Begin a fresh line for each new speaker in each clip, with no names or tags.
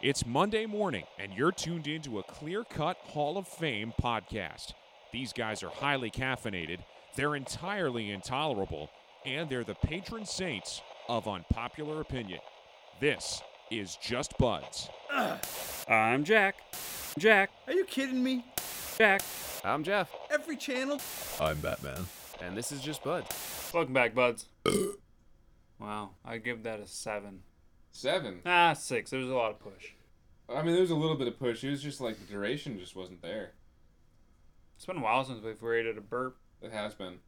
It's Monday morning, and you're tuned into a clear cut Hall of Fame podcast. These guys are highly caffeinated, they're entirely intolerable, and they're the patron saints of unpopular opinion. This is Just Buds.
I'm Jack. Jack.
Are you kidding me?
Jack.
I'm Jeff,
Every channel?
I'm Batman.
and this is just Bud.
Welcome back, buds. wow, I give that a seven.
Seven.
Ah, six. There's a lot of push.
I mean, there was a little bit of push. It was just like the duration just wasn't there.
It's been a while since we've rated a burp.
It has been.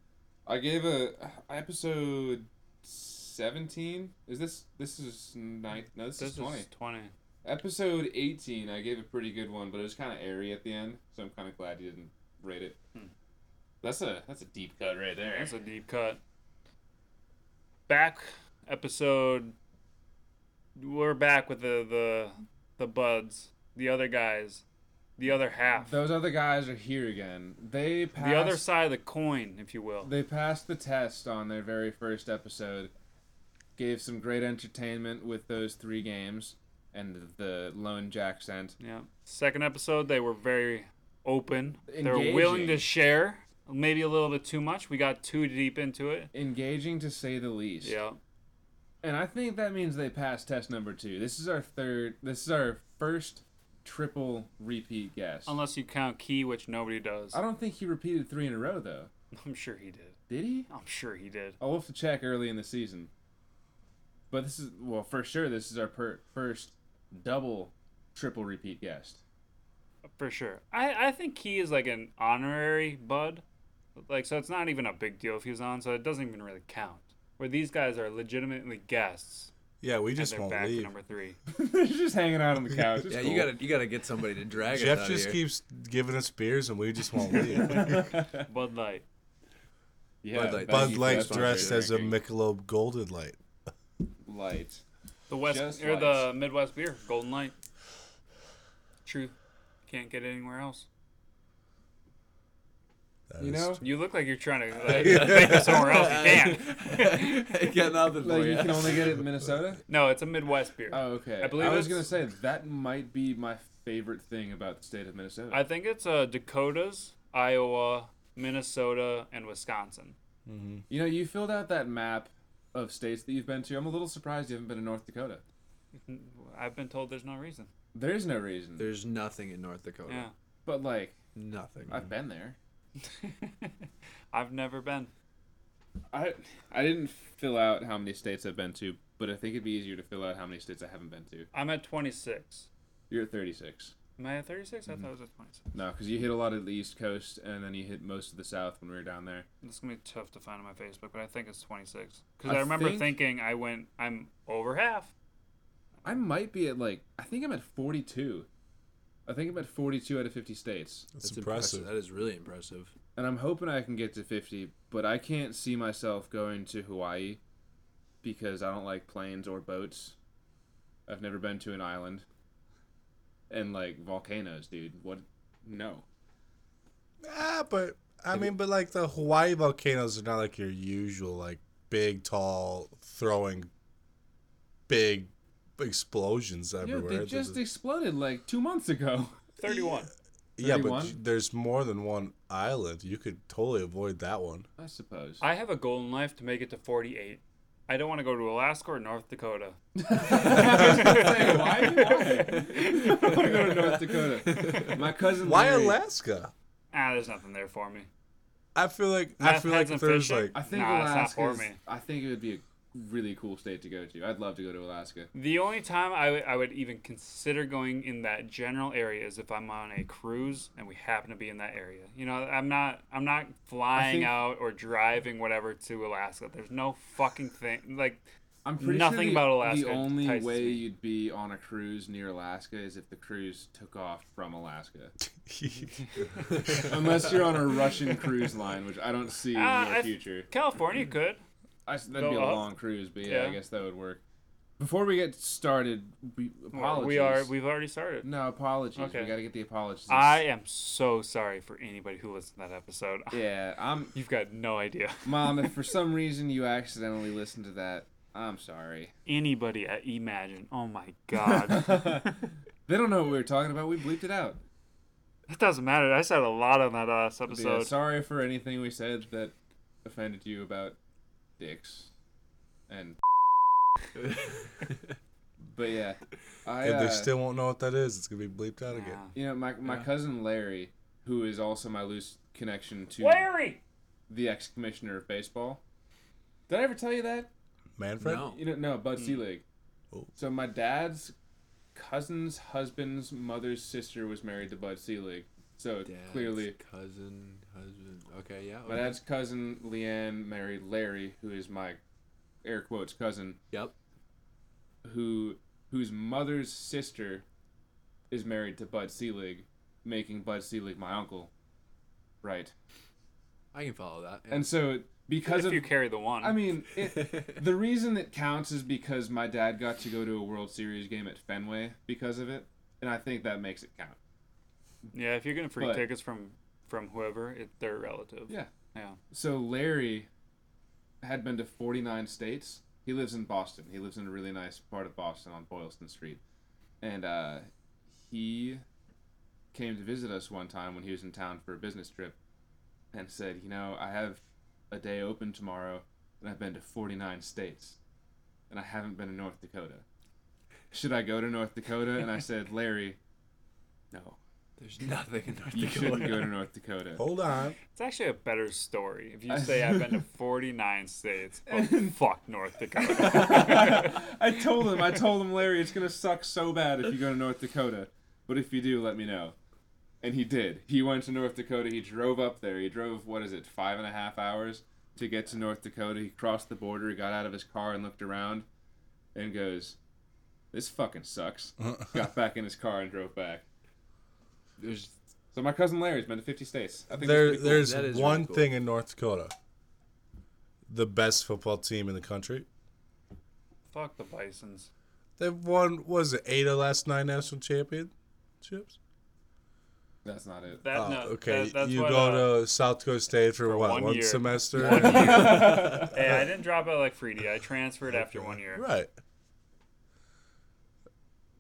I gave a uh, episode seventeen. Is this this is nine? No, this,
This
is twenty.
is 20.
Episode eighteen. I gave a pretty good one, but it was kind of airy at the end, so I'm kind of glad you didn't rate it. That's a that's a deep cut right there.
Hmm. That's a deep cut. Back episode. We're back with the the the buds, the other guys, the other half,
Those other guys are here again. They passed.
the other side of the coin, if you will.
They passed the test on their very first episode. Gave some great entertainment with those three games and the lone jack sent.
Yeah. Second episode, they were very open. They were
Engaging.
willing to share. Maybe a little bit too much. We got too deep into it.
Engaging to say the least.
Yeah.
And I think that means they passed test number two. This is our third this is our first triple repeat guest.
Unless you count Key, which nobody does.
I don't think he repeated three in a row though.
I'm sure he did.
Did he?
I'm sure he did.
I'll have to check early in the season. But this is well for sure this is our per- first double triple repeat guest.
For sure. I, I think Key is like an honorary bud. Like, so it's not even a big deal if he was on, so it doesn't even really count. Where these guys are legitimately guests.
Yeah, we
and
just
they're
won't
back for
leave.
number three.
He's just hanging out on the couch. It's
Yeah,
cool.
you gotta you gotta get somebody to drag us
Jeff
out
just
of here.
keeps giving us beers and we just won't leave.
Bud Light.
Yeah,
Bud Light.
that's-
Bud Light's
that's my
dressed as a
favorite
Michelob Golden Light.
drink. light.
The West
Just
or the Midwest beer, Golden Light. True. Can't get it anywhere else.
That
You
is-
know,
You look like you're trying to like, make it somewhere else. You can't.
Got nothing for
like you
ya.
can only get it in Minnesota.
No, it's a Midwest beer.
Oh, okay.
I believe
I was gonna
it's-
say that might be my favorite thing about the state of Minnesota.
I think it's uh, Dakotas, Iowa, Minnesota, and Wisconsin.
you know, you filled out that map of states that you've been to. I'm a little surprised you haven't been to North Dakota.
I've been told there's no reason.
There is no reason,
There's nothing in North
Oh,
Dakota.
Yeah.
but like
Nothing.
I've been there.
I've never been.
I I didn't fill out how many states I've been to, but I think it'd be easier to fill out how many states I haven't been to.
I'm at 26.
You're at 36.
Am I at 36?
Mm-hmm.
I thought I was at 26.
No, because you hit a lot of the East Coast, and then you hit most of the South when we were down there.
It's gonna be tough to find on my Facebook, but I think it's 26. Because
I
I, remember
think-
thinking I went, I'm over half.
I might be at like I think I'm at 42. I think I'm at 42 out of 50 states,
That's impressive.
That is really impressive.
and I'm hoping I can get to 50. But I can't see myself going to Hawaii because I don't like planes or boats. I've never been to an island, and like volcanoes, dude. What? No.
Ah, but I mean, but like the Hawaii volcanoes are not like your usual like big, tall, throwing big explosions
Yo,
everywhere.
they
This
just
is-
exploded like two months ago.
31.
yeah, but
31?
j- there's more than one island. You could totally avoid that one.
I suppose.
I have a goal in life to make it to 48. I don't want to go to Alaska or North Dakota.
Hey, why? Why? I want to go to North Dakota. My cousin.
Why
Larry-
Alaska?
Ah, there's nothing there for me.
I feel like I
Meth
feel
heads
like
and
there's
fishing?
like
I think
Nah, it's not
Alaska.
for
is-
me.
I think it would be a really cool state to go to. I'd love to go to Alaska.
The only time I would- I would even consider going in that general area is if I'm on a cruise and we happen to be in that area. You know, I'm not I'm not flying
think-
out or driving whatever to Alaska. There's no fucking thing like
I'm pretty sure
Nothing
the,
about Alaska
The only
entices
way
me.
you'd be on a cruise near Alaska is if the cruise took off from Alaska, unless you're on a Russian cruise line, which I don't see
Ah,
in the
I-
future.
California could.
I, that'd
go
be a
up.
long cruise, but yeah, I
Yeah.
guess that would work. Before we get started, we, apologies. Mm.
We are we've already started.
no apologies. We
Okay.
got to get the apologies.
I am so sorry for anybody who listened to that episode.
yeah, I'm
You've got no idea.
Mom, if for some reason you accidentally listened to that, I'm sorry.
Anybody at Imagine. Oh my god.
They don't know what we were talking about. We bleeped it out.
it doesn't matter. I said a lot on that last
But yeah,
episode.
sorry for anything we said that offended you about dicks. And but yeah, I
If
uh,
they still won't know what that is, it's gonna be bleeped out again.
Yeah.
you know my my cousin Larry, who is also my loose connection to
Larry!
the ex commissioner of baseball. Did I ever tell you that?
Manfred?
no.
You know, no, Bud
Hmm.
Selig.
Oh.
So my dad's cousin's husband's mother's sister was married to Bud Selig. So
Dad's
clearly,
cousin, husband. Okay, yeah.
my
okay.
dad's cousin Leanne married Larry, who is my air quotes cousin,
Yep.
who whose mother's sister is married to Bud Selig, making Bud Selig my uncle. Right.
I can follow that.
And so because
if
of
you carry the one.
I mean, it, the reason it counts is because my dad got to go to a World Series game at Fenway because of it, and I think that makes it count.
yeah, if you're gonna free
but-
tickets from from whoever, it, they're relative.
Yeah.
Yeah.
So Larry had been to 49 states. He lives in Boston. He lives in a really nice part of Boston on Boylston Street. And uh, he came to visit us one time when he was in town for a business trip and said, You know, I have a day open tomorrow and I've been to 49 states and I haven't been to North Dakota. Should I go to North Dakota? And I said, Larry, no.
There's nothing in North
You shouldn't go to
Dakota.
North Dakota.
Hold on.
It's actually a better story if you say I've been to 49 states, but fuck North Dakota.
I told him, I told him, Larry, it's gonna suck so bad if you go to North Dakota. But if you do, let me know. And he did. He went to North Dakota. He drove up there. He drove what is it, five and a half hours to get to North Dakota. He crossed the border. He got out of his car and looked around, and goes, "This fucking sucks." got back in his car and drove back.
There's
So my cousin Larry's been to 50 states. I think
There,
that's pretty
there's
That is really
one
cool.
thing in North Dakota. The best football team in the country.
fuck the Bisons.
They've won what was it eight of the last nine national championships?
cool. that's not it.
That,
Oh,
Uh, no,
okay,
that- that's
you
what, uh,
go to South Dakota State for, what
one
one,
year.
semester?
uh, Hey, I didn't drop out like Freedy. I transferred after one year.
right.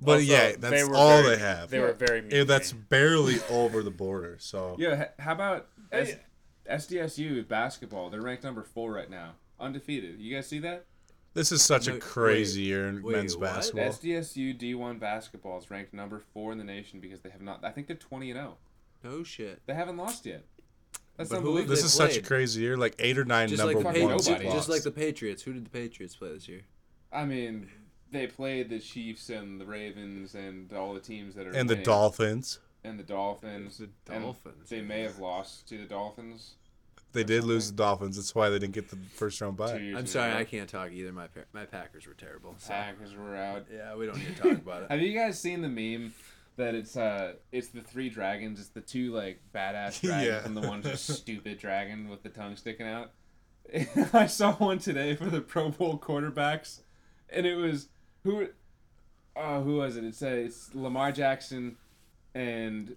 But
Also,
yeah, that's
were
all
very-
they have.
They were very mean. to
and that's
me.
barely over the border. So
Yeah, h- how about S-
Hey.
SDSU basketball? They're ranked number four right now, undefeated. You guys see that?
this is such
No,
a crazy
wait,
year in
wait,
men's
what?
basketball.
SDSU D1 basketball is ranked number four in the nation because they have not. I think they're twenty and zero.
no shit.
They haven't lost yet. That's
But who-
unbelievable.
this
they
is such a
played.
crazy year. Like eight or nine
Just like,
number
the
fucking
one.
Patri-
ones
ju-
nobody.
just like the Patriots. Who did the Patriots play this year?
I mean, they played the Chiefs and the Ravens and all the teams that are
and the
winning.
Dolphins.
and the Dolphins.
The
and
Dolphins,
They may have lost to the Dolphins.
They did lose the Dolphins. That's why they didn't get the first round
Two
bye.
years
I'm sorry,
ago.
I can't talk either. My par- my Packers were terrible. so-
Packers were out.
Yeah, we don't need to talk about it.
Have you guys seen the meme that it's uh it's the three dragons, it's the two like badass dragons
Yeah.
and the one just stupid dragon with the tongue sticking out? I saw one today for the Pro Bowl quarterbacks and it was who uh, who was it? It said it's Lamar Jackson and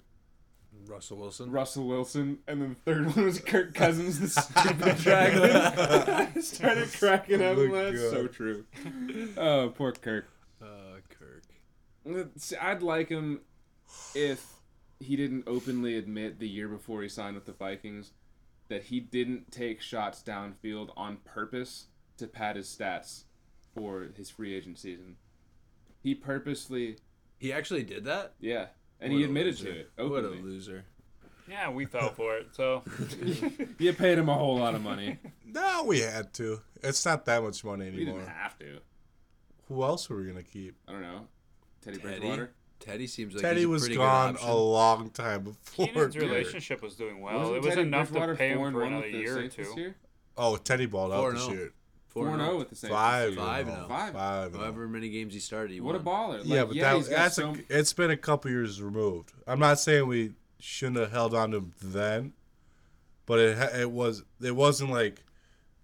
Russell Wilson.
Russell Wilson, and then the third one was Kirk Cousins, the stupid dragon. I started cracking up.
Oh
and
my
That's so
God.
true. Oh, poor Kirk.
Uh, Kirk.
See, I'd like him if he didn't openly admit the year before he signed with the Vikings that he didn't take shots downfield on purpose to pad his stats for his free agent season. He purposely,
He actually did that.
yeah, and
What
he
a
admitted
loser.
to it
What a
openly.
loser.
Yeah, we fell for it. So
You paid him a whole lot of money.
No, we had to. It's not that much money
we didn't
anymore.
have to.
Who else were we gonna keep?
I don't know. Teddy,
Teddy?
Bridgewater.
Teddy seems like
Teddy
he's a
was
pretty good
gone
option.
a long time before.
Keenan's relationship was doing well.
Wasn't
it was
Teddy
enough to
Bridgewater
pay him
four and
for
one
another
with the
year or
Saints this
two.
year?
Oh, Teddy balled out
4-0.
this year.
Four and oh.
with the Saints. this
Five,
year.
Five and oh.
and oh. Five. and oh.
However many games he started, he
What a
won.
baller! Like,
yeah, but
yeah,
that, that's a, it's been a couple years removed. I'm not saying we shouldn't have held on to him then, but it ha- it was it wasn't like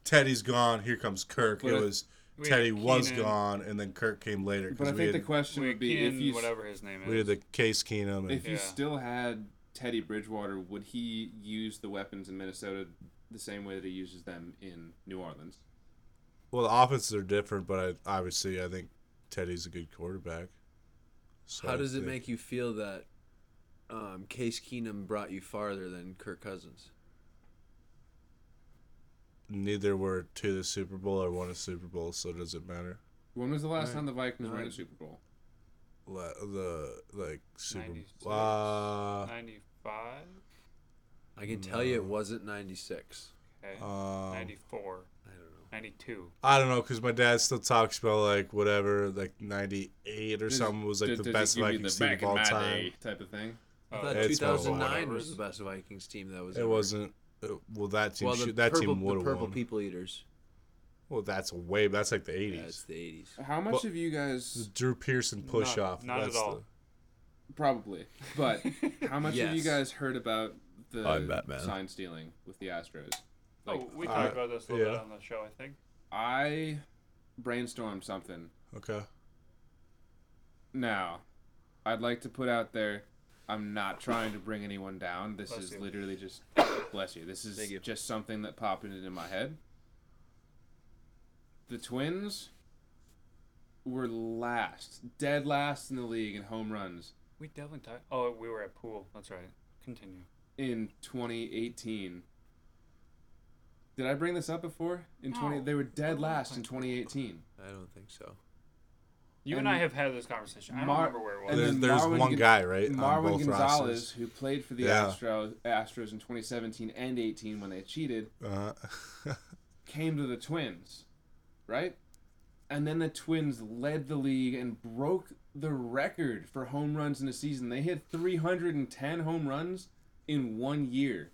Teddy's gone. Here comes Kirk.
But
it
I-
was
we had
Teddy was
Keenan.
gone, and then Kirk came later
But I
because
think
we
the
had
question
We
would be if
Keenan,
you
whatever his name
we
is.
had the Case Keenum. And,
if you
Yeah.
still had Teddy Bridgewater, would he use the weapons in Minnesota the same way that he uses them in New Orleans?
Well, the offenses are different, but I, obviously, I think Teddy's a good quarterback. So
How
I
does it
think-
make you feel that um, Case Keenum brought you farther than Kirk Cousins?
Neither were to the Super Bowl or won a Super Bowl, so does it matter?
When was the last time the Vikings were in a
Nine.
Super Bowl?
Le- the like Super
Ninety-six.
Uh,
95?
I can tell you it
No.
wasn't 96.
Okay.
um,
94.
I don't know.
92.
I don't know because my dad still talks about like whatever, like '98 or
Does-
something was like
does-
the
does it
best
give you
Vikings
the
team
back
of
in
all
my
time.
day type of thing.
I
Oh,
thought
Yeah, it's been a while.
2009 was the best Vikings team that was
It
ever.
wasn't. uh, Well, that team
Well, the
should, that
purple,
team would
the
have
purple
won.
people eaters.
Well, that's a way. That's like the '80s.
Yeah, it's the 80s.
How much
Well-
of you guys
Drew Pearson push
Not-
off.
not at
that's
all.
the-
probably, but how much have you
Yes.
guys heard about the
I'm Batman.
sign stealing with the Astros? Like
Oh, we
uh,
talked about this a little
yeah.
bit on the show, I think.
I brainstormed something.
okay.
Now, I'd like to put out there. I'm not trying to bring anyone down. This
Bless
is
you.
literally just bless you. This is
Thank you.
just something that popped into my head. The Twins were last, dead last in the league in home runs
We definitely talked. Oh, we were at pool. That's right. Continue.
in 2018. Did I bring this up before? In 20
No.
they were dead last in 2018.
I don't think so.
You and,
And
I have had this conversation. I don't
Mar-
remember where it was.
and
There's,
then
there's
Marwin
one
Gon-
guy right on
Marwin
both
Gonzalez,
rosters.
who played for the
Yeah.
Astros, Astros in 2017 and 18 when they cheated,
Uh-huh.
came to the Twins, right? And then the Twins led the league and broke the record for home runs in a season. They hit 310 home runs in one year.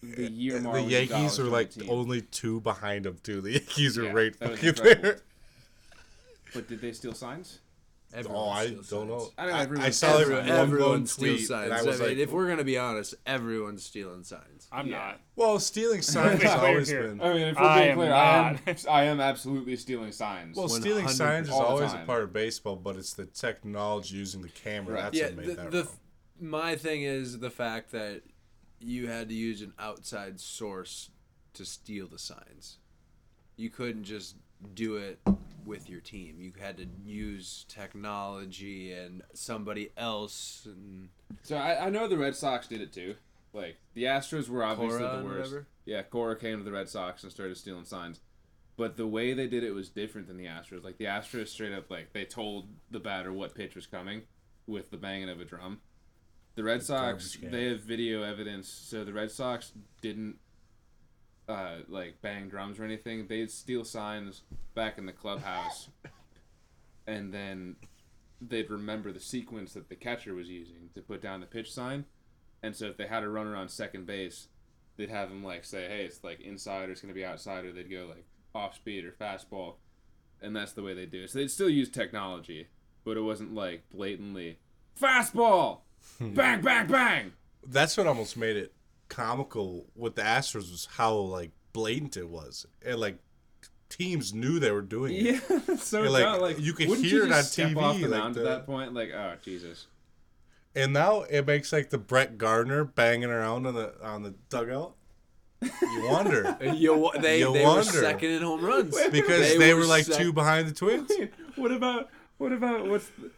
The year
the
Marwin
Yankees
Gonzalez
were
joined
like
the team.
only two behind them too. The Yankees are
Yeah,
right
that was
fucking
incredible.
there.
But did they steal signs?
Oh, I
steals
don't know.
signs.
I know
I, I
everyone-
saw
everyone-
everyone, one blown
Everyone steals
tweet,
signs.
and I
I
was
mean,
like,
if we're gonna be honest, everyone's stealing signs.
I'm
Yeah.
not.
"Well, stealing signs
be
has
clear
always
here.
been."
I mean, if
I
we're being
am
clear, I am,
not.
I am absolutely stealing signs.
Well,
100%
stealing signs is
all the
always a
time.
part of baseball, but it's the technology using the camera
Right.
that's
yeah,
what made
the,
that
the
wrong.
my thing is the fact that you had to use an outside source to steal the signs. You couldn't just do it with your team. You had to use technology and somebody else and
So I, I know the Red Sox did it too. Like the Astros were obviously
Cora
the
and
worst.
whatever?
Yeah, Cora came to the Red Sox and started stealing signs. But the way they did it was different than the Astros. Like the Astros straight up like they told the batter what pitch was coming with the banging of a drum. The Red Sox
garbage can.
they have video evidence, so the Red Sox didn't uh, like bang drums or anything. They'd steal signs back in the clubhouse and then they'd remember the sequence that the catcher was using to put down the pitch sign. And so if they had a runner on second base, they'd have him like say, "Hey, it's like inside or it's gonna be outside," or they'd go like off speed or fastball, and that's the way they do it. So they'd still use technology, but it wasn't like blatantly fastball, bang, bang, bang.
That's what almost made it comical with the Astros was how like blatant it was, and like teams knew they were doing it.
Yeah, that's so
Yeah, like,
dumb. Like
you could
wouldn't
hear it
just
on
step
TV,
Off the
like
mound
the-
at that point, like oh Jesus.
And now it makes like the Brett Gardner banging around on the on the dugout. You wonder
you, wa- they,
You
they were
wonder.
second in home runs
because they, were, like
sec-
two behind the Twins.
what about what about what's the,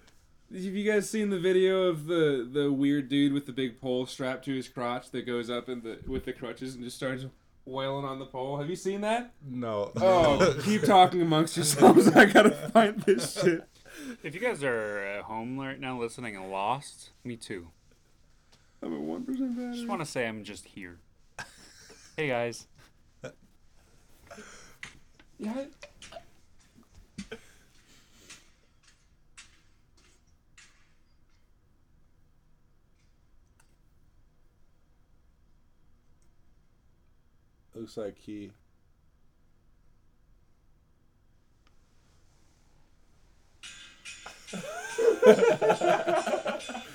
have you guys seen the video of the the weird dude with the big pole strapped to his crotch that goes up in the with the crutches and just starts wailing on the pole? Have you seen that?
No.
Oh, keep talking amongst yourselves. I gotta find this shit.
If you guys are at home right now listening and lost, me too.
I'm a one percent
Just
battery.
want to say I'm just here. Hey guys.
Yeah.
Looks like he.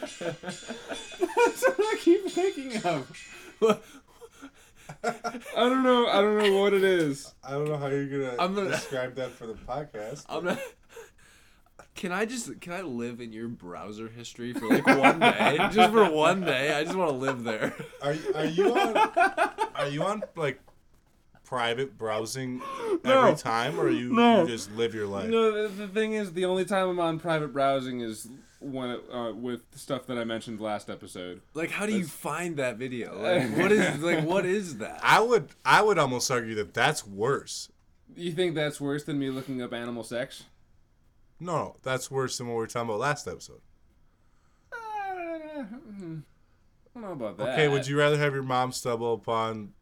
That's what I keep thinking of. I don't know. I don't know what it is.
I don't know how you're gonna,
I'm gonna-
describe that for the podcast.
I'm not. Can I just can I live in your browser history for like one day? just for one day, I just want to live there.
Are you- are you on? Are you on like private browsing
No.
every time, or you,
No.
you just live your life?
No, the, the thing is, the only time I'm on private browsing is when it, uh, with stuff that I mentioned last episode.
Like, how do you find that video? Like, what is like what is that?
I would I would almost argue that that's worse.
You think that's worse than me looking up animal sex?
No, no, that's worse than what we were talking about last episode.
Uh, hmm. I don't know about that.
Okay, would you rather have your mom stumble upon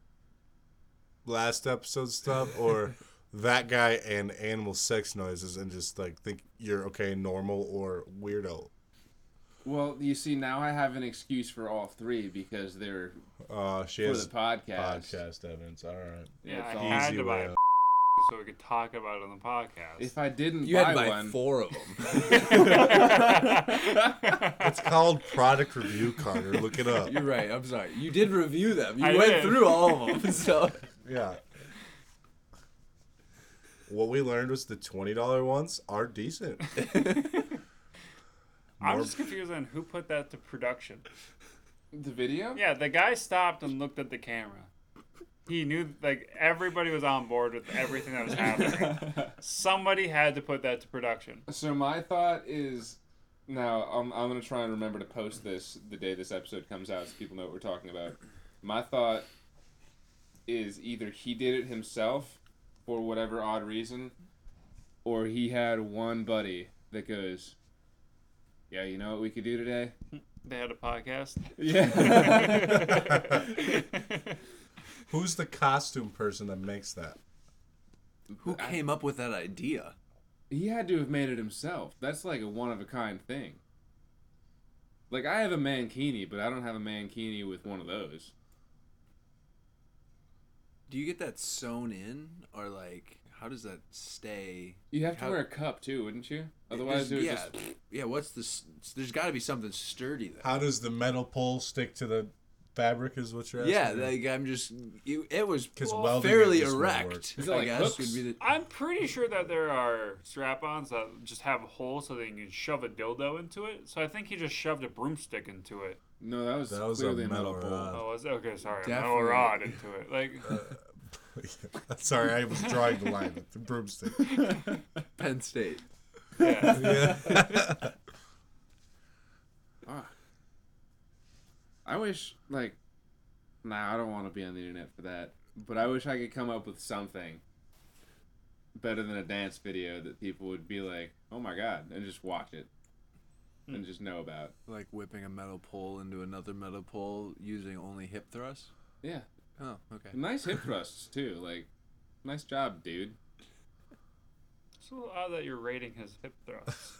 last episode stuff or that guy and animal sex noises and just like think you're okay, normal or weirdo?
Well, you see, now I have an excuse for all three because they're
Uh, she
for
has
the podcast.
podcast evidence. All right.
Yeah,
That's
I
all.
had
Easy
to buy
way
a so we could talk about it on the podcast.
If I didn't
You
buy
had to buy
one,
four of them.
It's called product review, Carter. Look it up.
You're right. I'm sorry. You did review them. You
I
went
did.
through all of them. So
Yeah. What we learned was the twenty dollar ones are decent.
I'm
More-
just confused on who put that to production.
the video.
Yeah, the guy stopped and looked at the camera. He knew like everybody was on board with everything that was happening. Somebody had to put that to production.
So my thought is, now I'm I'm gonna try and remember to post this the day this episode comes out, so people know what we're talking about. My thought is either he did it himself for whatever odd reason, or he had one buddy that goes, "Yeah, you know what we could do today."
They had a podcast.
Yeah.
Who's the costume person that makes that?
who came up with that idea?
He had to have made it himself. That's like a one of a kind thing. Like I have a mankini, but I don't have a mankini with one of those.
Do you get that sewn in, or like how does that stay?
You have to
How-
wear a cup too, wouldn't you?
There's-
Otherwise, it would
yeah,
just
yeah. What's this? There's got to be something sturdy there.
How does the metal pole stick to the fabric? Is what you're asking?
Yeah,
me?
like I'm just. It, it was
'Cause
well,
welding it
fairly
just wouldn't
erect.
work.
Is it like
I guess
hooks?
would be the.
I'm pretty sure that there are strap-ons that just have holes so that you can shove a dildo into it. So I think he just shoved a broomstick into it.
no. That was
That was a
clearly a metal,
metal
pole.
rod.
Oh, was it? okay. Sorry, a metal
Definitely.
rod into it. Like
Sorry, I was drawing the line with the broomstick.
Penn State.
yeah.
Ah. I wish like, nah, I don't want to be on the internet for that. But I wish I could come up with something better than a dance video that people would be like, "Oh my god," and just watch it and just know about.
Like whipping a metal pole into another metal pole using only hip thrust.
Yeah,
Oh, okay.
nice hip thrusts too. Like, nice job, dude.
It's a little odd uh, that you're rating his hip thrusts.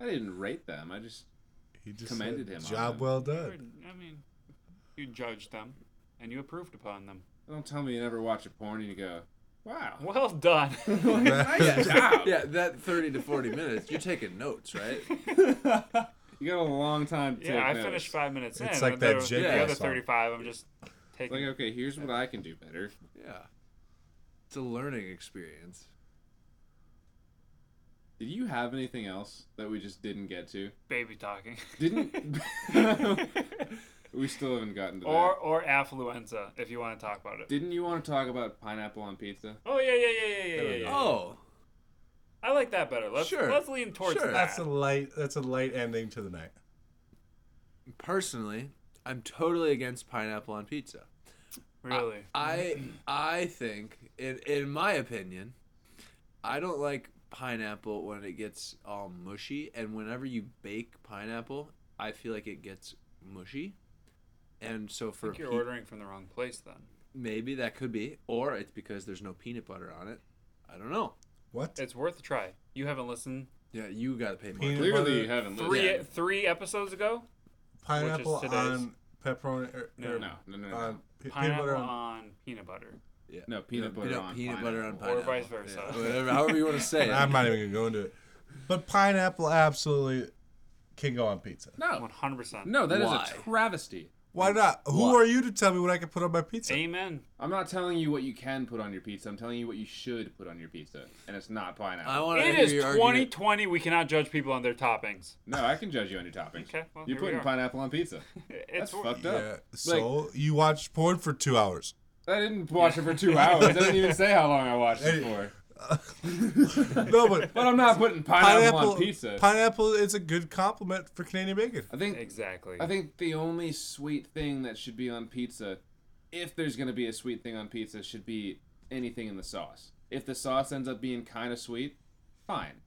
I didn't rate them. I just
He just
Commended
said,
him on
Job
it.
well
I
done.
mean, you judged them, and you approved upon them.
don't tell me you never watch a porn and you go, "Wow,
Well done.
nice job."
Yeah, that 30 to 40 minutes, you're taking notes, right?
You got a long time. To
yeah, I
take notes.
finished five minutes in.
It's like
and
that
the,
Jake
the
Paul
other
song.
35, I'm just
Like,
taking.
okay, here's what I can do better.
Yeah. It's a learning experience.
Did you have anything else that we just didn't get to?
baby talking.
Didn't we still haven't gotten to that?
or or affluenza, if you want to talk about it.
didn't you want to talk about pineapple on pizza?
Oh yeah, yeah, yeah, yeah, yeah, yeah. yeah.
Oh,
I like that better. Let's
Sure.
let's lean towards
Sure.
that.
That's a light. That's a light ending to the night.
personally, I'm totally against pineapple on pizza.
really.
I I think in in my opinion, I don't like pineapple when it gets all mushy and whenever you bake pineapple, I feel like it gets mushy. And so
I
for
think you're
pe-
ordering from the wrong place then.
maybe that could be or it's because there's no peanut butter on it. I don't know.
What?
It's worth a try. You haven't listened
Yeah, you got to pay more.
Peanut
Clearly,
butter,
you haven't listened.
three three episodes ago.
pineapple
today's.
on pepperoni. Or,
No,
or
No, no, no, no.
on pe- peanut
Pineapple
butter on
on peanut butter.
Yeah.
no, peanut
Yeah,
butter
peanut-
on
peanut butter on
Or
pineapple.
vice versa.
Yeah, whatever, however you want to say
I'm
it.
not even gonna go into it. But pineapple absolutely can go on pizza.
No,
One hundred percent.
no, that is
Why?
a travesty.
Why not? Who are you to tell me what I can put on my pizza?
Amen.
I'm not telling you what you can put on your pizza. I'm telling you what you should put on your pizza, and it's not pineapple.
I want to
It
hear
is
your
2020.
argument.
We cannot judge people on their toppings.
no, I can judge you on your toppings.
Okay, well, here we
You're putting
are.
pineapple on pizza.
It's
That's
wor-
fucked
Yeah.
up.
So you watched porn for two hours.
I didn't watch it for two hours. I didn't even say how long I watched it for.
No, but
But I'm not putting pineapple,
pineapple
on pizza.
Pineapple is a good compliment for Canadian bacon.
I think
Exactly.
I think the only sweet thing that should be on pizza, if there's gonna be a sweet thing on pizza, should be anything in the sauce. If the sauce ends up being kind of sweet, fine.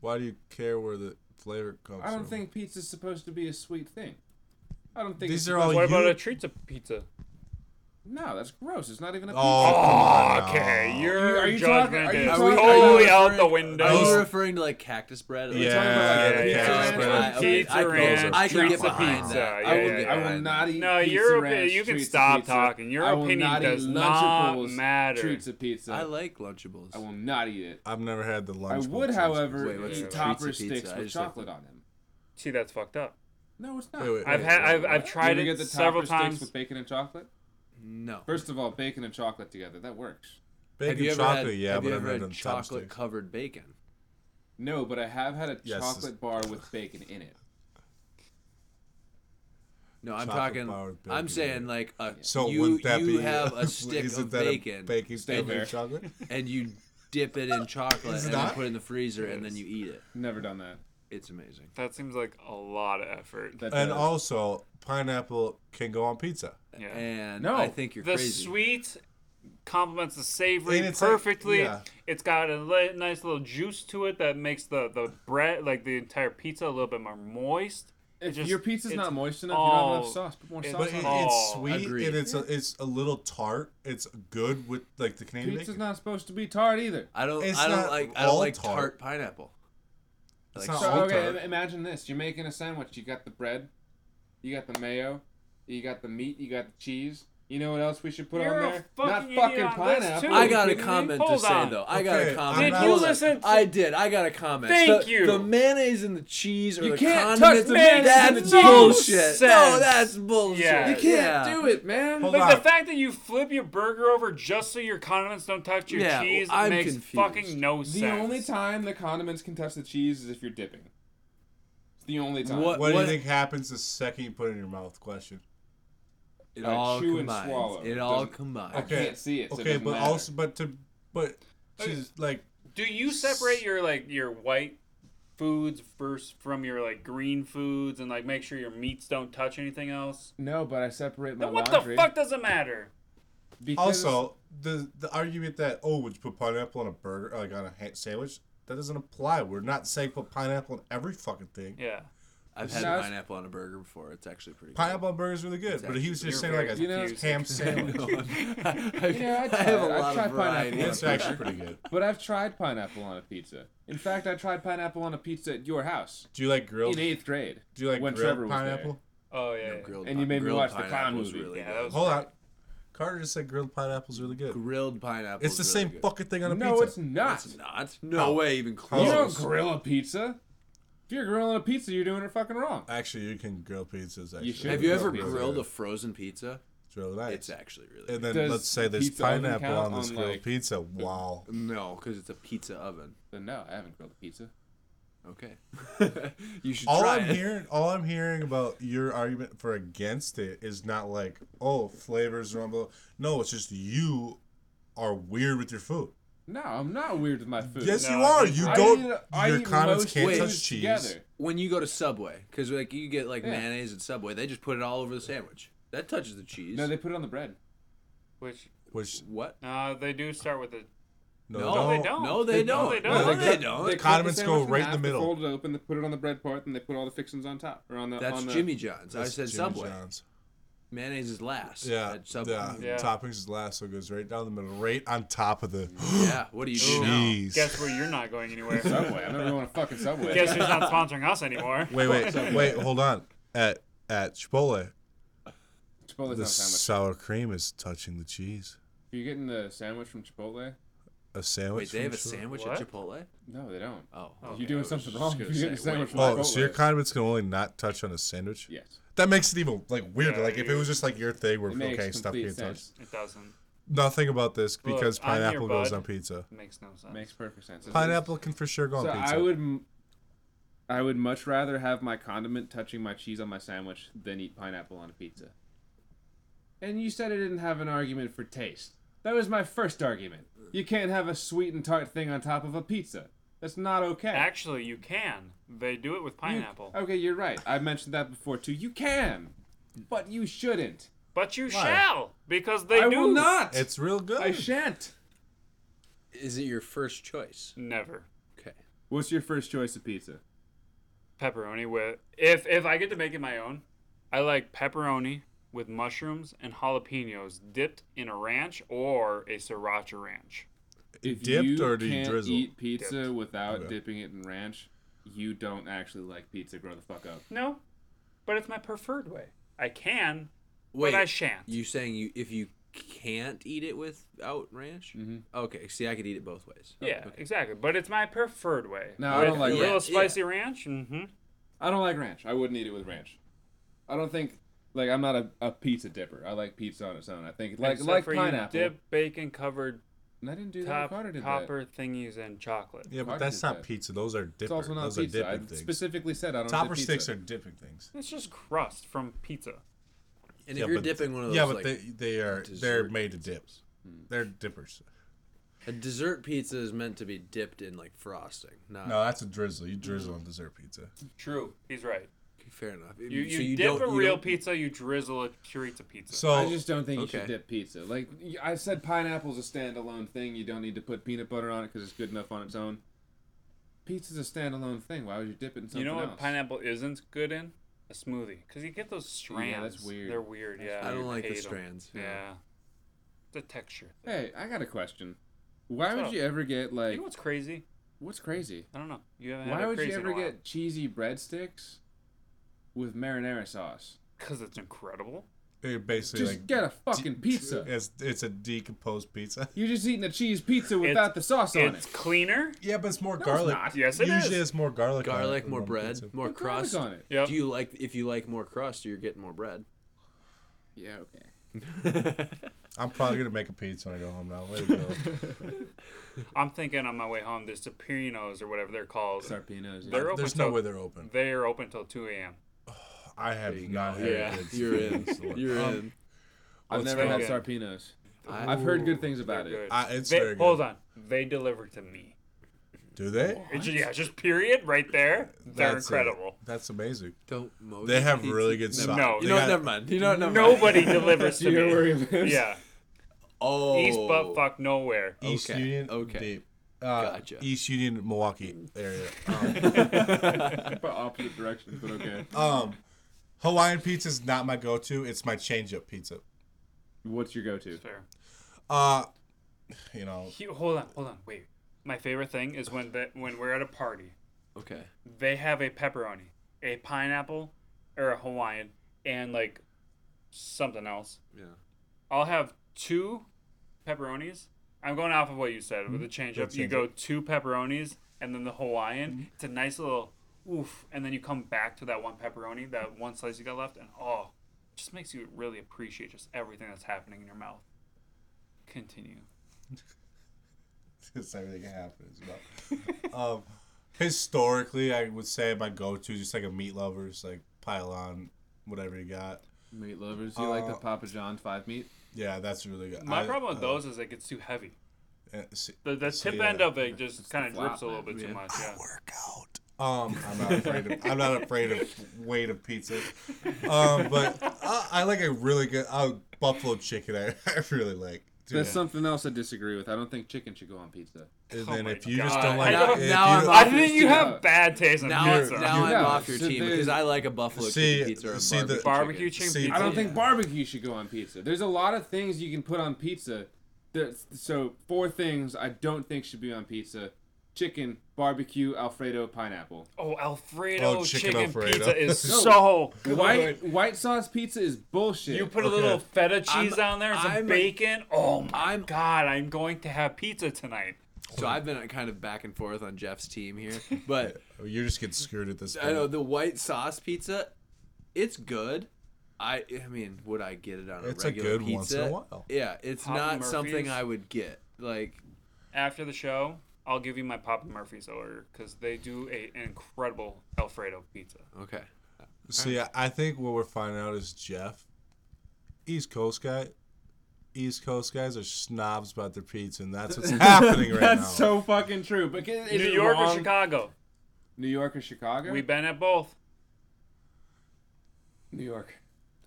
Why do you care where the flavor comes
I don't
from?
think pizza's supposed to be a sweet thing. I don't think
these
it's
are all
what about
Oh, you-
a treats of pizza?
No, that's gross. It's not even a pizza.
Oh, come on
okay.
now.
Your
Are you
judgment
talking- are you
is
talking-
totally
are you
out the
referring-
window.
Are you
Oh.
referring to like cactus bread? Like,
Yeah,
about,
yeah,
like,
yeah,
cactus
yeah.
bread.
Pizza
I- I-
Ranch,
I can get
pizza
behind
pizza.
that.
Yeah,
I will,
yeah,
I
yeah.
will not eat
No,
pizza
your opi-
ranch,
you can
treats of
stop
pizza.
talking. Your
I will
opinion
not
does
eat
not
Lunchables
matter.
Treats of pizza.
I like Lunchables.
I will not eat it.
I've never had the
I
lunch. bowl
would,
pizza.
however,
Wait, what's
eat
the
topper
treats of pizza?
sticks
I
with
just like-
chocolate on them.
See, that's fucked up.
No, it's not.
Wait, wait,
I've
wait,
had,
wait,
I've,
wait.
I've
You
tried
ever
it
get the
several
topper
times.
sticks with bacon and chocolate?
No.
First of all, bacon and chocolate together that works.
bacon
have you ever
chocolate,
had,
yeah,
have
but
you
I've
ever
had
had
on
chocolate
chopsticks.
covered bacon?
No, but I have had a
Yes, it's-
chocolate bar with bacon in it.
No, I'm
Chocolate
talking.
bar with
I'm
bacon,
saying like a,
So
you
wouldn't that
you
be?
have a stick
isn't
of
that a
bacon,
bacon
Stay
covered
there.
chocolate.
and you dip it in chocolate and then
not?
put it in the freezer and then you eat it.
Never done that.
It's amazing.
That seems like a lot of effort.
That
and
does.
also, pineapple can go on pizza.
yeah.
And
No,
I think you're
The
crazy.
sweet complements the savory
And it's like-
perfectly.
yeah.
It's got a li- nice little juice to it that makes the, the bread, like the entire pizza, a little bit more moist.
if
just-
your pizza's
it's
not moist enough, you don't have
all-
enough sauce. Put more
it's
sauce
But it,
on it.
it's
Oh,
sweet
agreed.
and it's a, it's a little tart. It's good with like the Canadian
Pizza's
bacon.
not supposed to be tart either.
I don't.
It's
I don't
not
like. I don't
all
like
tart.
tart, pineapple. I
It's
like
not
sweet
all
So, okay,
tart.
im- imagine this. You're making a sandwich. You got the bread, you got the mayo, you got the meat, you got the cheese. You know what else we should put
You're
on
a
there?
fucking
Not
idiot
fucking
on this,
pineapple.
too.
Are
I
you
got a
kidding me?
comment to
Hold
say
on.
though. I got
Okay,
a comment.
Did
you
Hold on.
listen to-
I did. I got a comment.
Thank
The-
you.
The mayonnaise and the cheese or
You
the
can't touch
condiments.
the mayonnaise and the
that's
cheese.
bullshit. No,
Sense.
that's bullshit.
Yeah.
You can't do it, man.
Hold
Like
on.
the fact that you flip your burger over just so your condiments don't touch your
Yeah,
cheese
I'm
makes
confused.
fucking no
the
sense.
only time the condiments can touch the cheese is if you're dipping. It's the only time.
What-
What, do you think happens the second you put it in your mouth? Question.
It
I
all
chew and
combines.
swallow.
It
It
all
doesn't-
combines.
I can't see it, so it
Okay,
doesn't
but
matter. Oh,
also, but to, but she's like,
Do you separate your like your white foods first from your like green foods and like make sure your meats don't touch anything else?
No, but I separate my
Then what
laundry.
the fuck does it matter?
Because
also the the argument that oh, would you put pineapple on a burger, like on a ha- sandwich? That doesn't apply. We're not saying put pineapple on every fucking thing.
Yeah.
I've had
Sounds-
pineapple on a burger before. It's actually pretty.
Pineapple on burger is really good, but he was
You're
just saying
very
like a
You know-
ham
Good.
sandwich.
I,
Yeah, I'd
I have a
try it. I'd
lot
try
of variety.
pineapple.
it's actually pretty good.
But I've tried pineapple on a pizza. In fact, I tried pineapple on a pizza at your house
Do you like grilled?
in
Do
eighth grade.
you like
when
grilled
Trevor was
pineapple?
Oh yeah. yeah.
Grilled
And you
pi-
made me
grilled
watch the clown
pineapple's
movie.
Really
Yeah,
good.
that was-
Hold on. Carter just said grilled pineapple's really good.
grilled pineapple.
It's the same fucking thing on a
No,
pizza.
it's not.
It's not. No
Oh.
way. Even close.
You don't
close.
grill a pizza. If you're grilling a pizza, you're doing it fucking wrong.
Actually, you can grill pizzas. Actually,
should.
Have you ever
Grilled
grilled a frozen pizza?
It's really nice.
It's actually really. good.
and then
Does
let's say there's
pizza oven
pineapple
count
on this
on,
grilled
like-
pizza. Wow.
No, because it's a pizza oven.
Then no, I haven't grilled a pizza.
Okay. you should
All
try
I'm
it.
hearing, all I'm hearing about your argument for against it is not like, oh, flavors rumble. No, it's just you are weird with your food.
No, I'm not weird with my food.
Yes,
No,
you are.
I think-
You
I
don't.
eat- I
your
eat
comments
most
can't
foods
touch cheese.
together.
When you go to Subway, because like you get like
Yeah.
mayonnaise at Subway, they just put it all over the sandwich. That touches the cheese.
No, they put it on the bread.
Which
Which
what?
uh, they do start with a
no,
No,
don't.
they don't.
No, they
No,
don't.
they
No,
don't.
they don't.
They cut
condiments
the sandwich
go right in
half,
the
they
middle.
Fold it open. They put it on the bread part, and they put all the fixings on top or on the.
That's
on the,
Jimmy John's. I
That's
said
Jimmy
Subway.
John's.
Mayonnaise is last.
Yeah,
At Subway.
yeah.
Yeah.
Toppings is last, so it goes right down the middle, right on top of the.
Yeah, What do you do now?
Jeez.
guess where you're not going anywhere.
Subway. I'm never going to fucking Subway.
guess who's not sponsoring us anymore?
Wait, wait, wait. Hold on. At at Chipotle,
Chipotle's
the
not a sandwich.
sour cream is touching the cheese.
If you're getting the sandwich from Chipotle,
A sandwich.
Wait, they have a
from Chipotle?
sandwich
What?
at Chipotle?
no, they don't.
Oh.
You're doing something wrong. You're getting a sandwich from
Oh,
Chipotle.
so your condiments can only not touch on a sandwich?
yes.
That makes it even like weirder.
Yeah,
like if it was just like your thing where
It makes
okay, stuff
complete
can't touch.
sense.
It doesn't.
Nothing about this because
I'm here,
pineapple goes
bud.
on pizza.
It makes no sense.
Makes perfect sense. It's-
Pineapple can for sure go on
So
pizza.
I would, m- I would much rather have my condiment touching my cheese on my sandwich than eat pineapple on a pizza. And you said I didn't have an argument for taste. That was my first argument. You can't have a sweet and tart thing on top of a pizza. That's not okay.
Actually, you can. They do it with
You-
pineapple.
okay, you're right. I mentioned that before too. You can, but you shouldn't.
But you shall, because they
I
do
will not.
It's real good.
I shan't.
Is it your first choice?
Never.
Okay.
What's your first choice of pizza?
Pepperoni with if if I get to make it my own, I like pepperoni with mushrooms and jalapenos dipped in a ranch or a sriracha ranch.
If
Dipped
you
or do you
can't
drizzle?
eat pizza
Dipped.
without
Okay.
dipping it in ranch, you don't actually like pizza. Grow the fuck up.
No, but it's my preferred way. I can.
Wait,
I shan't.
You saying you if you can't eat it without ranch? Mm-hmm. Okay. See, I could eat it both ways.
Yeah, exactly. But it's my preferred way.
Oh, No, I
With
don't like
a
that.
little
Yeah,
spicy ranch. Mm-hmm.
I don't like ranch. I wouldn't eat it with ranch. I don't think like I'm not a, a pizza dipper. I like pizza on its own. I think like like pineapple.
dip bacon covered
and I didn't do
top
that. Ricardo did that.
topper thingies and chocolate.
yeah, but
Cardi
that's
did
not
that.
pizza. Those are
It's
dipping.
also not
Those
pizza.
are
I
dipping things.
specifically said I don't.
Topper
dip pizza.
sticks are dipping things.
It's just crust from pizza.
And if you're dipping one of those,
yeah, but
like,
they they are they're
dessert
made to dips.
Hmm.
They're dippers.
a dessert pizza is meant to be dipped in like frosting.
Ah.
Not
No, that's a drizzle. You drizzle
Hmm.
on dessert pizza.
True. He's right.
fair enough.
You, you,
So
dip a
you
real
don't-
pizza, you drizzle a chorizo pizza.
So
I just don't think you should
Okay.
dip pizza. Like y- I said, pineapple's a standalone thing. You don't need to put peanut butter on it because it's good enough on its own. Pizza's a standalone thing. Why would you dip it in something
you know what
else?
pineapple isn't good in? A smoothie. Because you get those strands.
Yeah, that's weird.
They're weird, yeah.
I don't like the
hate 'em.
strands,
Yeah.
yeah.
The texture.
Hey, I got a question. Why
What's
would
up?
you ever get
you
like
know what's crazy?
what's crazy?
I don't know. You haven't had
Why
a
would
crazy
you ever get cheesy breadsticks with marinara sauce?
Because it's incredible.
they're basically
Just
like
get a fucking pizza.
It's it's a decomposed pizza.
You're just eating a cheese pizza without the sauce on
It's
it.
cleaner.
Yeah, but it's more
it's
garlic.
not.
Yes, it is.
Usually it's more garlic. on it
garlic,
than
more
on
bread,
pizza.
more
Put garlic
crust.
on it.
Yep.
Do you like if you like more crust, you're getting more bread.
Yeah, okay.
I'm probably gonna make a pizza when I go home now. Way to go.
I'm thinking on my way home, there's Sapirinos or whatever they're called.
Sarpinos.
They're open
There's no
till-
way they're open.
They are open till 2 a.m.
I have not had
Yeah,
it.
you're in. You're
Um,
in.
I've
Let's
never had
go.
sarpinos.
I,
I've heard good things about
They're
it.
good.
I, it's
They-
very good.
Hold on. They deliver to me.
Do they?
It's just, yeah, just period right there. They're
That's it.
incredible.
That's amazing.
don't most
They have
pizza-
really good
No,
sauce. They
You know,
got-
what, never mind. You know, what, never mind.
Nobody delivers to
Do you know
me.
where he lives?
Yeah.
Oh,
East butt fuck nowhere.
East
Okay,
Union.
okay.
Deep. Uh,
Gotcha.
East Union, Milwaukee area. Um,
Opposite directions, but okay.
um, Hawaiian pizza is not my go-to. It's my change-up pizza.
What's your go-to?
Fair.
Uh, you know,
He, hold on, hold on, wait. My favorite thing is when the, when we're at a party,
Okay.
they have a pepperoni, a pineapple, or a Hawaiian, and like something else.
Yeah.
I'll have two pepperonis. I'm going off of what you said with the change up.
Good
You
change
go two pepperonis and then the Hawaiian. It's a nice little oof, and then you come back to that one pepperoni, that one slice you got left, and oh, just makes you really appreciate just everything that's happening in your mouth. Continue.
it's everything that happens. But, um, historically, I would say my go-to is just like a meat lover's, like pile on whatever you got.
Meat lovers. Do you like the Papa John five meat?
Yeah, that's really good.
My
I-
problem with
I-
those is it gets too heavy.
uh, see-
The, the
So,
tip
yeah.
end of it just kind of
flop,
drips a little bit too
Yeah.
much. Yeah.
Um, I'm not afraid of I'm not afraid of weight of pizza, um, but I, I like a really good uh, buffalo chicken. I, I really like.
That's something else I disagree with. I don't think chicken should go on pizza.
And
Oh
then
my
if you just
God.
don't like,
I know-
if
now
you
I'm
don't-
I
Office
think you
too.
have bad taste in
Now,
pizza.
now I'm
Yeah,
off your
so
team
they-
because I like a buffalo
See-
chicken pizza or a
see the-
barbecue,
Barbecue
chicken.
chicken
See,
pizza.
I don't
Yeah.
think barbecue should go on pizza. There's a lot of things you can put on pizza. There's, so four things I don't think should be on pizza: chicken, barbecue, Alfredo, pineapple.
Oh, Alfredo
Oh,
chicken,
chicken
pizza
Alfredo.
is
No.
so good.
White white sauce pizza is bullshit.
You put a little
Okay.
feta cheese
I'm-
on there, some
I'm-
bacon. Oh my
I'm-
god, I'm going to have pizza tonight.
So I've been kind of back and forth on Jeff's team here, but
you're oh, just getting screwed at this. Point.
I know the white sauce pizza. It's good. I I mean, would I get it on a
It's a
regular
good
pizza?
once in a while.
Yeah, it's
Papa
not
Murphy's?
something I would get. Like
After the show, I'll give you my Papa Murphy's order because they do a, an incredible Alfredo pizza.
okay,
See, I I think what we're finding out is Jeff East Coast guy, East Coast guys are snobs about their pizza, and that's what's happening right
That's
now.
so fucking true. But can- is
New
it
York or
wrong-
Chicago?
New York or Chicago?
We've been at both.
New York.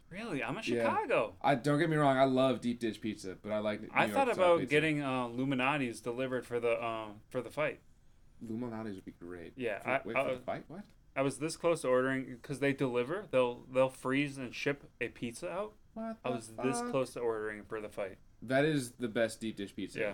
Really, I'm a
Yeah.
Chicago.
I don't get me wrong. I love deep dish pizza, but I like. New
I
York
thought
style
about
pizza.
getting uh, Luminati's delivered for the um for the fight.
Luminati's would be great.
Yeah,
For,
I-
wait
I-
for the fight. What?
I was this close to ordering because they deliver. They'll they'll freeze and ship a pizza out.
What
I
the
was this
fuck?
close to ordering for the fight.
That is the best deep dish pizza.
Yeah,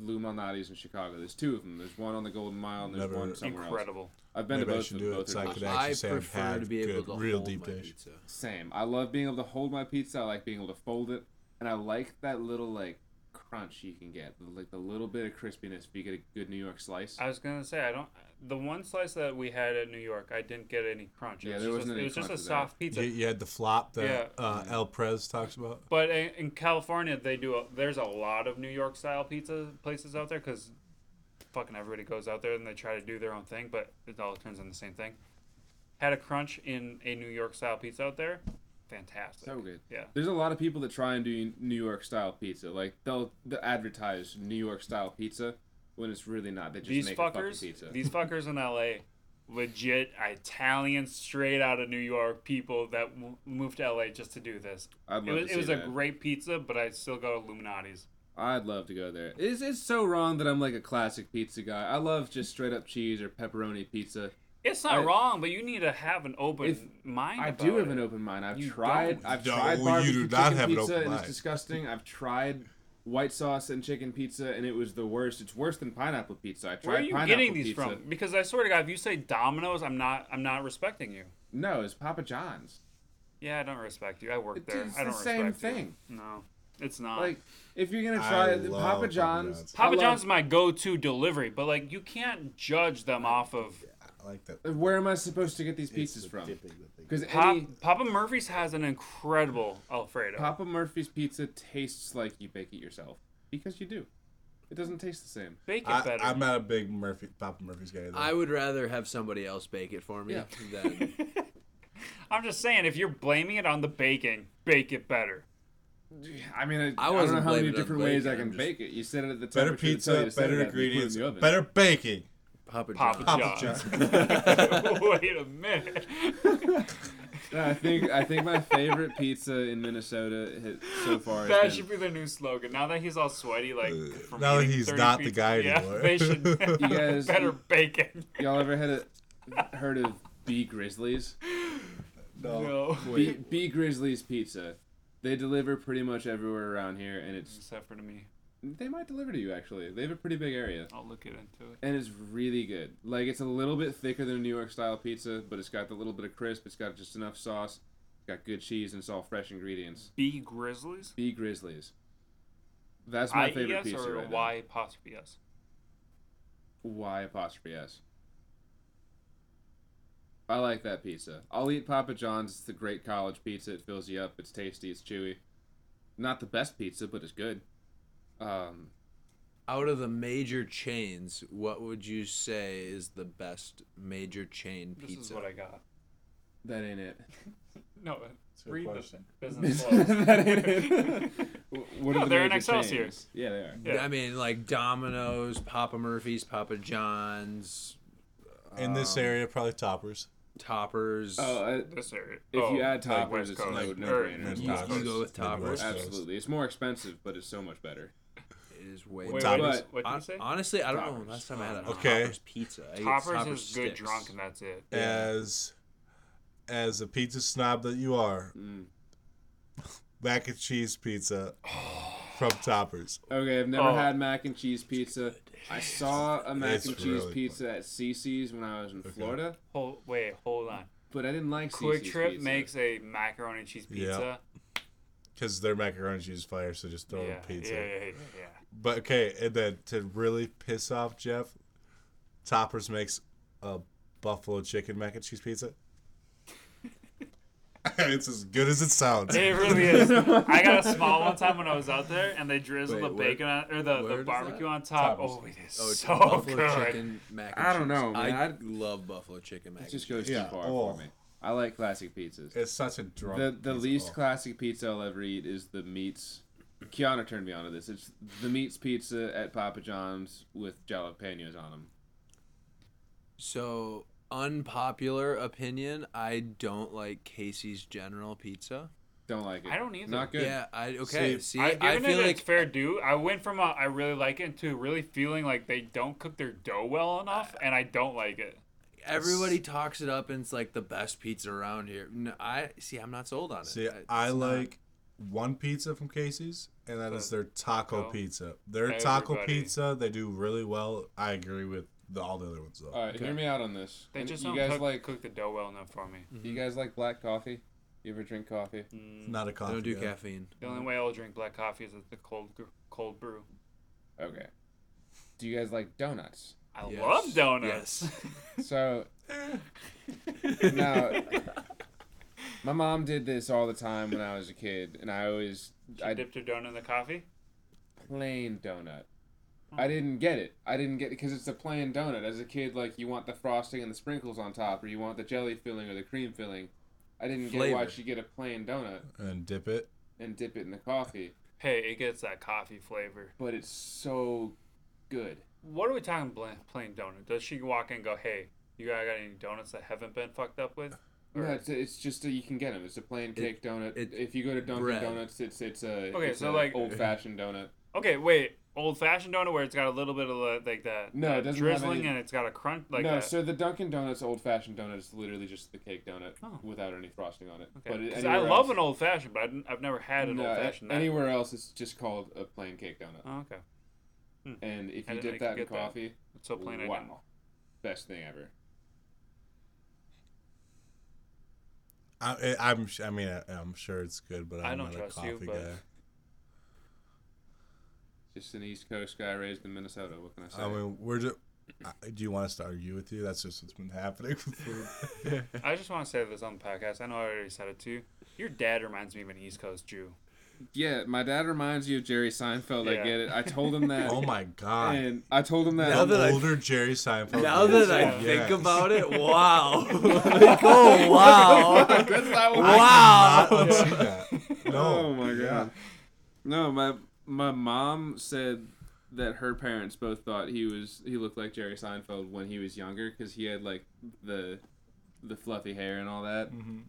Luminati's in Chicago. There's two of them. There's one on the Golden Mile and there's
Never-
one somewhere else.
incredible.
I've been
Maybe
to
I
both
should
of them.
do it
Both
so
are
I
good.
could
I
actually say I've
prefer to
had
be able
good,
to
real
hold
deep
my
dish.
pizza.
Same. I love being able to hold my pizza. I like being able to fold it, and I like that little like crunch you can get, like the little bit of crispiness if you get a good New York slice.
I was gonna say I don't. The one slice that we had at New York, I didn't get any crunch. It
Yeah,
was
there
just
wasn't
a,
any
It was just a
crunch to that.
soft
You,
pizza.
you had the flop that
Yeah.
uh, El Prez talks about.
But in, in California, they do. A, there's a lot of New York style pizza places out there because fucking everybody goes out there and they try to do their own thing, but it all turns into the same thing. Had a crunch in a New York style pizza out there. Fantastic.
so good.
Yeah.
There's a lot of people that try and do New York style pizza. Like they'll, they'll advertise New York style pizza when it's really not. They just
these
make a
fuckers,
fucking pizza.
these fuckers in LA, legit Italian, straight out of New York people that w- moved to LA just to do this.
I'd love
it was,
to
it was
see
a
that.
great pizza, but I still go Illuminati's.
I'd love to go there. It's, it's so wrong that I'm like a classic pizza guy. I love just straight up cheese or pepperoni pizza.
It's not
I-
wrong, but you need to have an open
If-
mind.
I
about
do have
it.
an open mind. I've
You
tried.
don't.
I've
No,
tried
you
barbecue
do not
chicken
have an
pizza,
open
and it's
mind.
disgusting. I've tried white sauce and chicken pizza, and it was the worst. It's worse than pineapple pizza. I tried
Where are you
pineapple
getting these
pizza.
from? Because I swear to God, if you say Domino's, I'm not. I'm not respecting you.
No, it's Papa John's.
Yeah, I don't respect you. I work
It's,
there.
it's
I don't
the same
respect
thing.
You. No, it's not.
Like if you're gonna
I
try it,
love
Papa
Papa
John's,
John's.
Papa
I love-
John's is my go-to delivery, but like you can't judge them off of
I like that.
Where am I supposed to get these pizzas from? Because
Pop,
any
Papa Murphy's has an incredible Alfredo.
Papa Murphy's pizza tastes like you bake it yourself because you do. It doesn't taste the same.
Bake it
I,
better.
I'm not a big Murphy Papa Murphy's guy. Either.
I would rather have somebody else bake it for me
Yeah.
than
I'm just saying, if you're blaming it on the baking, bake it better.
I mean, I,
I
I don't know
wasn't
how many
blaming it on
different
the
ways I
bacon,
can
I'm just-
bake it. You said it at the
better
temperature to tell you
pizza,
to set it
better
at, you put it in the
ingredients,
oven.
better baking.
Papa John's.
Papa,
Papa
John's.
John's.
Wait a minute.
No, I think I think my favorite pizza in Minnesota has, so far has
That
been-
should be their new slogan. Now that he's all sweaty, like from
now that
eating
he's
30
not the
pizzas-
guy
yeah,
anymore.
they should
You guys-
better bacon.
y'all ever had a heard of B Grizzlies?
No.
No,
B, B Grizzlies Pizza. They deliver pretty much everywhere around here, and it's
except for to me.
they might deliver to you actually. They have a pretty big area.
I'll look it into it.
and it's really good. Like it's a little bit thicker than a New York style pizza, but it's got the little bit of crisp. It's got just enough sauce. It's got good cheese and it's all fresh ingredients.
B Grizzlies.
B Grizzlies. That's my
I E
favorite
S
pizza
or
right
Y apostrophe S.
now. Y apostrophe S. I like that pizza. I'll eat Papa John's. It's the great college pizza. It fills you up. It's tasty. It's chewy. Not the best pizza, but it's good. Um,
Out of the major chains, what would you say is the best major chain
This
pizza?
is what I got.
that ain't it.
No, uh,
a
read the
question.
business laws.
that ain't it. What
No,
are the
they're in
major
Excelsior.
chains? Yeah, they are.
Yeah.
I mean, like Domino's, Papa Murphy's, Papa John's,
In this
um,
area, probably toppers.
Toppers.
Oh, I,
This area.
If
Oh,
you add
like West
toppers, it's a
Coast, Er,
no-
or
no-brainer.
East
It's
Midwest.
Coast.
You go with Toppers.
Midwest.
absolutely. It's more expensive, but it's so much better.
It is way
Wait,
better.
wait,
Toppers.
what did you
Hon-
say? Oh,
honestly, I don't know.
Toppers.
when Last time I had a
Okay.
Toppers pizza. I ate
Toppers,
Toppers
is good
sticks.
drunk, and that's it.
As as a pizza snob that you are,
Mm.
mac and cheese pizza from Toppers.
Okay, I've never
Oh.
had mac and cheese pizza. I saw a mac
It's
and cheese
really
pizza at CC's when I was in Florida,
Hold, wait, hold on.
but I didn't like
Quick
CC's
Trip
pizza.
makes a macaroni and cheese
Yeah.
pizza.
Because their macaroni and cheese is fire, so just throw
Yeah,
in
yeah,
pizza.
yeah, yeah, yeah.
But okay, and then to really piss off Jeff, Toppers makes a buffalo chicken mac and cheese pizza. it's as good as it sounds.
It really is. I got a small one time when I was out there, and they drizzled
Wait,
the
where-
bacon on, or the,
where
the
does
barbecue
that-
on top.
Toppers.
Oh, it is
Oh, it's
so
buffalo
good.
chicken mac and
I don't
cheese.
know, man.
I
I'd-
love buffalo chicken mac
It
and
just
cheese.
goes
Yeah,
too far
oh.
for me. I like classic pizzas.
It's such a drunk.
The the
piece of
least
all.
classic pizza I'll ever eat is the meats. Kiana turned me on to this. It's the meats pizza at Papa John's with jalapenos on them.
So, unpopular opinion, I don't like Casey's General Pizza.
Don't like it.
I don't either.
Not good.
Yeah, I okay.
See,
See,
I've
I
given
feel
it its
like
fair due. I went from a, I really like it to really feeling like they don't cook their dough well enough, and I don't like it.
everybody talks it up and it's like the best pizza around here. No, I see. I'm not sold on it.
See,
It's
I
not-
like one pizza from Casey's, and that is their taco
Taco.
pizza. Their taco
Everybody.
pizza, they do really well. I agree with the, all the other ones though.
All right, hear me out on this.
They
And
just
you
don't
guys
cook,
like
cook the dough well enough for me.
you guys like black coffee? You ever drink coffee?
Not a
I
coffee.
don't do
guy.
caffeine.
The only way I'll drink black coffee is with the cold gr- cold brew.
Okay. Do you guys like donuts?
I
Yes.
love donuts.
Yes.
So now my mom did this all the time when I was a kid and I always
I
I
dipped a donut in the coffee.
plain donut. I didn't get it. I didn't get it because it's a plain donut. As a kid, like you want the frosting and the sprinkles on top, or you want the jelly filling or the cream filling. I didn't get why
Flavor.
she get a plain donut
And dip it.
and dip it in the coffee,
Hey, it gets that coffee flavor.
but it's so good.
What are we talking bla- plain donut? Does she walk in and go, "Hey, you guys got any donuts that haven't been fucked up with?"
No,
Or-
it's, it's just that you can get them. It's a plain cake donut.
it-
if you go to Dunkin'
bread.
Donuts, it's it's a
Okay,
it's
so,
a
like-
old fashioned donut.
Okay, wait. Old fashioned donut where it's got a little bit of the- like that,
No, it
that
doesn't have
drizzling
any-
and it's got a crunch like uh,
no,
a,
so the Dunkin' Donuts old fashioned donut is literally just the cake donut
Oh.
without any frosting on it.
Okay.
it-
'Cause I
anywhere
love
else-
an old fashioned, but I didn't, I've never had an
no,
old
a-
fashioned.
Anywhere else, it's just called a plain cake donut.
Oh, okay.
And if
I didn't
you
think
dip that
you
in
could get that.
coffee,
It's so plain. I didn't.
wow, best thing ever.
I, I- I'm. sh- I mean, I, I'm sure it's good, but I'm
I don't
not
trust
a
you,
coffee
but-
guy.
Just an East Coast guy raised in Minnesota. What can I say?
I mean, we're just. I, do you want us to argue with you? That's just what's been happening. with food.
I just want to say this on the podcast. I know I already said it to you. Your dad reminds me of an East Coast Jew.
yeah, my dad reminds you of Jerry Seinfeld. I
Yeah.
get it. I told him that,
oh my god!
and I told him that.
Now
An
that I-
older Jerry Seinfeld.
Now that I
Yeah.
think
Yes.
about it, wow. Like, oh, wow.
That's not what-
Wow.
Not see that. No.
Oh my god. No, my my mom said that her parents both thought he was he looked like Jerry Seinfeld when he was younger because he had like the the fluffy hair and all that.
Mhm.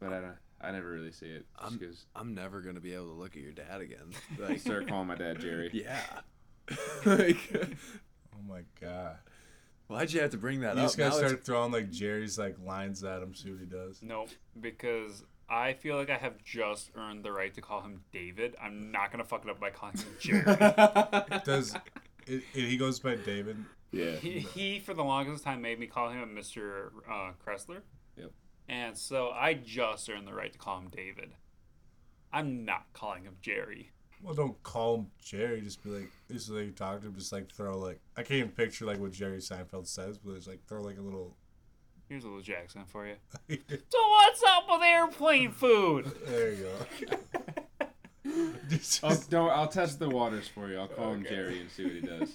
But I don't. I never really see it
Um,
because
I'm never gonna be able to look at your dad again. Like,
start calling my dad Jerry.
yeah. like,
Oh my god!
why'd you have to bring that
You
up?
just gotta
Now it's-
start throwing like Jerry's like lines at him. See what he does.
Nope, because I feel like I have just earned the right to call him David. I'm not gonna fuck it up by calling him Jerry.
Does it, it, he goes by David?
Yeah.
he, he, for the longest time, made me call him Mr. Uh, Kressler.
Yep.
And so I just earned the right to call him David. I'm not calling him Jerry.
Well, don't call him Jerry. Just be like, this is like you talk to him. Just like throw like I can't even picture like what Jerry Seinfeld says, but it's like throw like a little.
Here's a little Jackson for you. So what's up with airplane food?
there you go. Just-
I'll, don't, I'll test the waters for you. I'll call him Jerry and see what he does.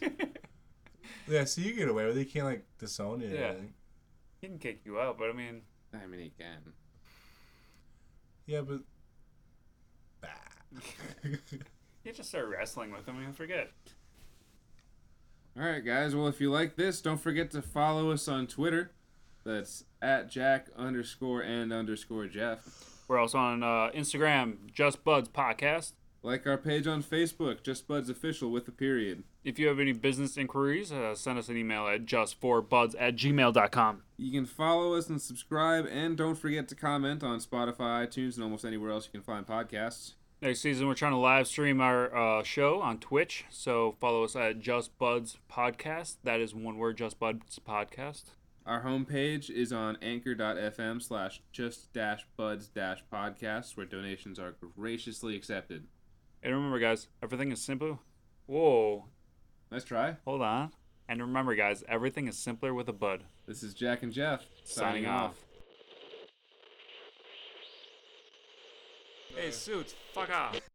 yeah, so you get away with it. You can't like disown you.
Yeah.
Yeah.
He can kick you out, but I mean,
I mean, he can.
Yeah, but bah.
you just start wrestling with him and he'll forget.
All right, guys. Well, if you like this, don't forget to follow us on Twitter. That's at Jack underscore and underscore Jeff.
We're also on uh, Instagram, Just Buds Podcast.
Like our page on Facebook, Just Buds Official with a period.
If you have any business inquiries, uh, send us an email at just4buds at gmail.com.
You can follow us and subscribe, and don't forget to comment on Spotify, iTunes, and almost anywhere else you can find podcasts.
Next season, we're trying to live stream our uh, show on Twitch, so follow us at Just Buds Podcast. That is one word, Just Buds Podcast.
Our homepage is on anchor.fm slash just dash buds dash podcasts, where donations are graciously accepted.
And remember, guys, everything is simple. Whoa,
Nice try.
hold on. And remember, guys, everything is simpler with a bud.
This is Jack and Jeff
Signing off. Hey, suits, fuck off.